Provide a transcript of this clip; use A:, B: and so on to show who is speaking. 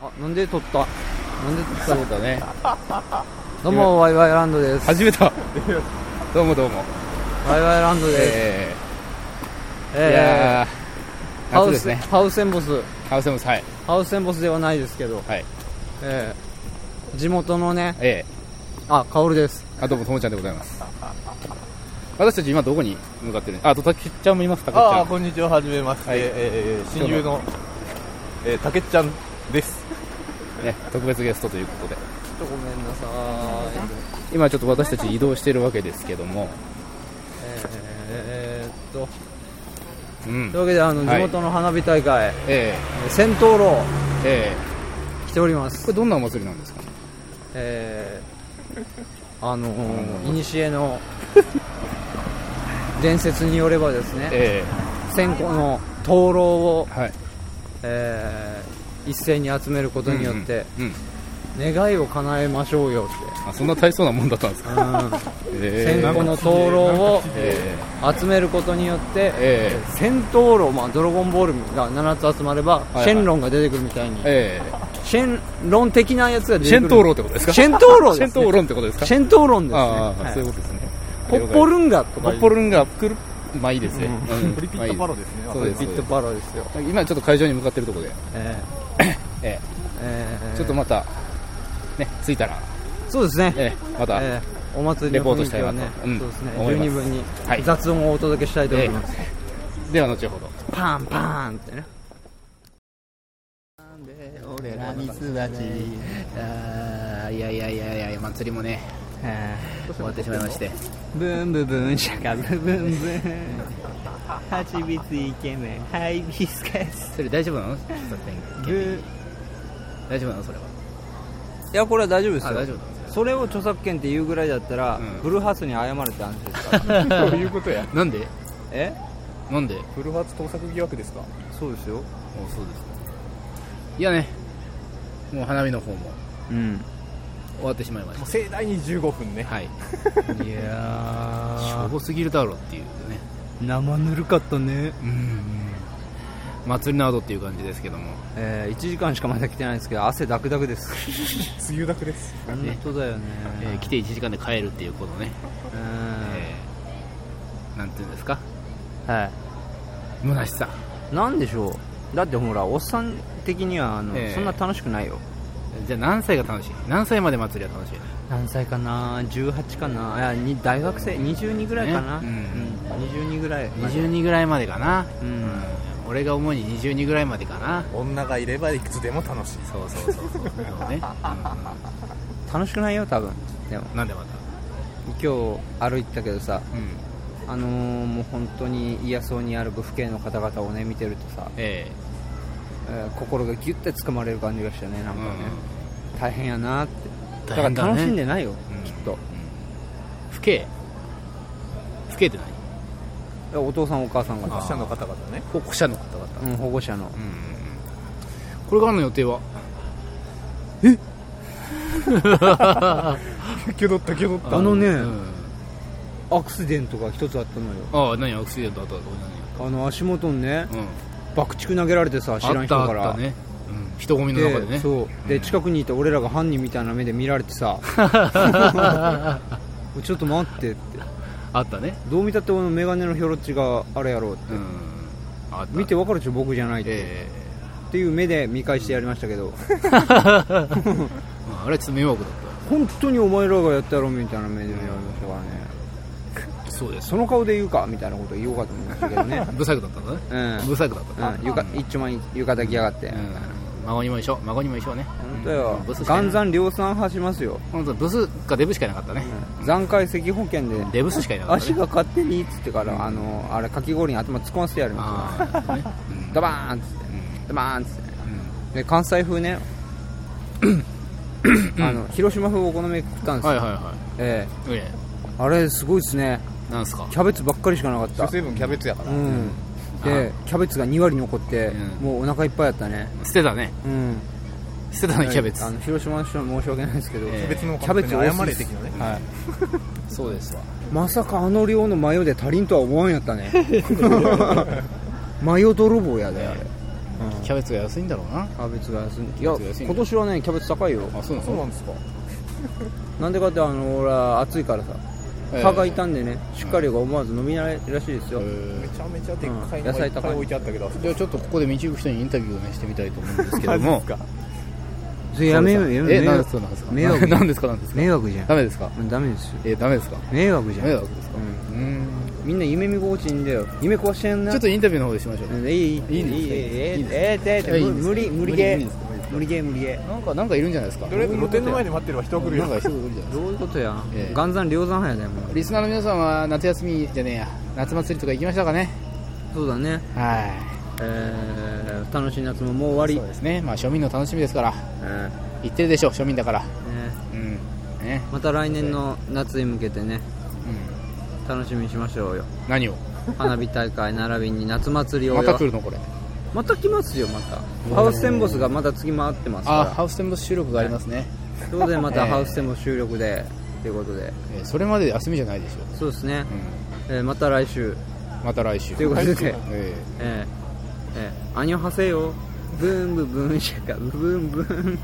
A: あなんで撮ったなんで撮った
B: そうだね
A: どうもワイワイランドです
B: 始めた どうもどうも
A: ワイワイランドです、
B: え
A: え
B: ー、いやー
A: ーハ
B: 夏
A: ウ
B: です
A: ス、
B: ね
A: ハウスエンボス
B: ハウスエムスはい
A: ハウスエンボスではないですけど、
B: はい
A: えー地元のね
B: え
A: あカオルです
B: ー、あどうもともちゃんでございます私たち今どこに向かってるあとたけっちゃんもいますたけっち
C: あ
B: ゃ
C: あ
B: ん
C: こんにちははじめまして、
B: はい
C: えー親友のえーたけっちゃんです
B: ね、特別ゲストということで
A: ちょっとごめんなさーい
B: 今ちょっと私たち移動してるわけですけども
A: えー、えーっと
B: う
A: とい
B: ん
A: うわけであの
B: はい
A: 地元の花火大会、
B: え
A: えー戦闘路
B: ー、え
A: 来ておりま
B: ー、
A: す
B: これどんなお祭りなんですか
A: えー、あのー、いにしえの伝説によればですね
B: え
A: 線香の灯籠を
B: え、ー、はい
A: えー一斉に集めることによって、
B: うん、うん
A: 願いを叶えましょうよっ
B: あそんな大層なもんだったんですか
A: て、うん、
B: え
A: 線
B: ー、
A: 香の灯籠を
B: え
A: 集めることによって
B: ー、、えー
A: 戦闘炉、まあ、ドラゴンボールが7つ集まれば、
B: いはい
A: シェンロンが出てくるみたいに、
B: え
A: シェンロン的なやつが
B: ー、
A: 出
B: シ
A: て
B: ェ
A: くる
B: ントーローってことですか
A: シェントーロー
B: シ
A: で
B: ェン
A: す、
B: ト
A: ね、
B: ーロンってことですか
A: シェントーロンですね
B: ああ、
A: はい
B: そういうことですね。
A: ポッポルンガと
B: ポ
A: か
B: ッポ
A: ル
B: ルンが来る、まあいいですね。うん
C: プリピットパロですね
B: まあいいですそう
A: ビッ
B: で
A: ト
B: す。
A: バロですよ、
B: 今ちょっと会場に向かってるところで、
A: えー
B: え
A: え
B: え
A: ー
B: ちょっとまた、ね、着いたら、
A: そうですね、
B: ええまた、
A: えーお祭りの雰囲気をね
B: レポートしたいなとうん
A: そうですね
B: 思
A: 十
B: います
A: 二分に
B: はい
A: 雑音をお届けしたいと思います、
B: では後ほど。
A: パンパンってね
B: 俺らミツバチ。あいやいやいやいや、祭りもね、終わってしまいまして。
D: ブンブブンシャカブブンブンハチビツイケメンハイビスカス
B: それ大丈夫なの
D: ブ
B: 大丈夫なのそれは。
A: いやこれは大丈夫です
B: あ、
A: よ
B: 大丈夫だ。
A: それを著作権って言うぐらいだったら、
B: うん
A: ブルーハースに謝れって話ですから
C: そういうことや
B: なんで
A: え
B: なんで
C: フルハツ盗作疑惑ですか
A: そうですよ
B: そうですいやね、もう花火の方も
A: うん
B: 終わってしまいました。
C: 盛大に15分ね
B: はい。
D: いや
B: しょぼすぎるだろうっていうね。
D: 生ぬるかったね
B: 祭りなどっていう感じですけども、
A: えー、1時間しかまだ来てないんですけど汗ダクダクです
C: 梅雨だくです
A: 本当だよね、
B: えー来て1時間で帰るっていうこのね、えーなんていうんですか
A: うんは
B: 虚しさ
A: いなんでしょうだってほらおっさん的にはあの、
B: ええ
A: そんな楽しくないよ
B: じゃあ何歳が楽しい何歳まで祭りは楽しい
A: 何歳かな18かないやに大学生22ぐらいかな、
B: ね
A: うん22ぐらい
B: 22ぐらいまでかな、
A: うん
B: 俺が思うに22ぐらいまでかな
C: 女がいればいくつでも楽しい
B: そうそうそう そうそうね、
A: 楽しくないよ多分でも
B: うんなんでまた、
A: 今日歩いてたけどさ
B: うん
A: あのー、もう本当に嫌そうに歩く父兄の方々をね見てるとさ、
B: え
A: えー心がギュッてつかまれる感じがしてねなんか
B: ーう
A: ね
B: ん、
A: 大変やなってだから
B: 大変だね
A: 楽しんでないよ、
B: うん
A: きっと
B: 不敬不敬って何
A: いやお父さんお母さんが
C: 保護
A: さ
C: 者の方々ね
B: 保護者の方々、
A: うん、保護者の
B: うんこれからの予定は
C: 気取った気取っ
A: あのね、
B: うん
A: アクシデントが一つあったのよ
B: ああ何アクシデントあったとこ
A: あの足元にね
B: 何、うん、
A: 爆竹投げられてさ知らん人から
B: あったあったね、うん、人混みの中でね
A: そうで近くにいた俺らが犯人みたいな目で見られて さ ちょっと待ってって
B: あったね
A: どう見たって俺のメガネのひょろっちがあれやろうって、
B: うんあった
A: 見て分かるでしょ僕じゃないって、
B: ええ
A: っていう目で見返してやりましたけど
B: うんあれはちょっと迷惑だっ
A: 本当にお前らがやったやろみたいな目で見られましたからね、
B: たそうです
A: その顔で言うかみたいなこと言おうかと思いましたけど ね
B: ブサイクだったんだね
A: うん、
B: ブサイクだった
A: うんゆか一丁前に浴衣着やがって、
B: うん孫にも一緒孫にも一緒ね
A: 本当よ
B: うんブスしかい
A: 元
B: ない
A: 山量産派しますよ、
B: 本当ブスかデブしかいなかったね
A: 残骸石保険で
B: デブスしかいなかった
A: 足
B: ね
A: が勝手にっつってから、あのあれかき氷に頭突っ込ませてやるんですよ
B: ああねうん
A: ダバーンっつってダバーンっつって
B: うん
A: で関西風ねあの広島風お好み焼き食ったんですよ、
B: はいはいは
A: え
B: いえ
A: えあれすごいですね
B: えなんすか
A: キャベツばっかりしかなかった
C: 主成分キャベツやから
A: うんでキャベツが2割残って、
B: うん
A: もうお腹いっぱいやったね
B: 捨てたね
A: うん
B: 捨てたねキャベツ
A: あの広島の人に申し訳ないですけど、
B: ええ
C: 別の
A: キャベツ多すぎ
C: 謝れ的なね
A: はい、
B: そうですわ
A: まさかあの量の マヨで足りんとは思わんやったねマヨ泥棒やであれうん
B: キャベツが安いんだろうな
A: キャベツが安いい
B: キャベツが
A: や
B: 安いね
A: 今年はねキャベツ高いよ
B: あそうな
C: そうな
B: の
C: んですか
A: なんでかってあの俺は暑いからさ
B: ええ
A: 蚊が傷んでね出荷量が思わず飲みなれるらしいです
B: え
A: よ、
C: め
B: ー
C: ちゃめちゃでっかい
A: うん野
C: のが
A: 菜
C: いっ
A: 高い
C: ぱい置いてあったけど、
B: じゃあちょっとここで道行く人にインタビューをねしてみたいと思うんですけど
C: マジっ
B: も
C: すか
A: それやめようやめよう
B: えなんですかなんですか
A: 迷惑
B: なんですか なんですか
A: 迷惑じゃん
B: ダメですか
A: うんダメですよ
B: えダメですか
A: 迷惑じゃん
B: 迷惑ですか
A: うん
B: うん
A: みんな夢見心地いいんだよ夢壊してんな
B: ちょっとインタビューの方でしましょう
A: うんいいいいいいいいいいいいい
B: いいんですかいいんですか
A: えーえーえーえー
B: いいんですか
A: 無理無理
B: 無理無理
A: ゲ
B: ですか無理
A: ー
B: ですか
A: 無理ゲー無理ゲー
B: なんかなんかいるんじゃないですか
C: とりあえず露店の前で待ってれば人は来るよ
B: なんか人がいるじゃないですか
A: どういうことやん
B: ええ
A: 元山量産派やだよもう
B: リスナーの皆さんは夏休みじゃねえや夏祭りとか行きましたかね
A: そうだね
B: はい
A: えー楽しい夏ももう終
B: そう
A: わ
B: ですねまあ庶民の楽しみですから
A: りえ
B: 行ってるでしょう庶民だから
A: ーね
B: うんね
A: また来年の夏に向けてね
B: うん
A: 楽しみにしましょうよ
B: 何を
A: 花火大会並びに夏祭りを
B: ま
A: よ
B: た来るのこれ
A: また来ますよまたハウステンボスがまた次回ってます
B: あ
A: か
B: ハウステンボス収録がありますね
A: らということで またハウステンボス収録でということで
B: えーそれまで休みじゃないでしょ
A: そうですね
B: う、う
A: えーまた来週
B: んまた来週
A: ということで
B: え
A: ええええアニョハセヨブーンブブーンシャカブブーンブーン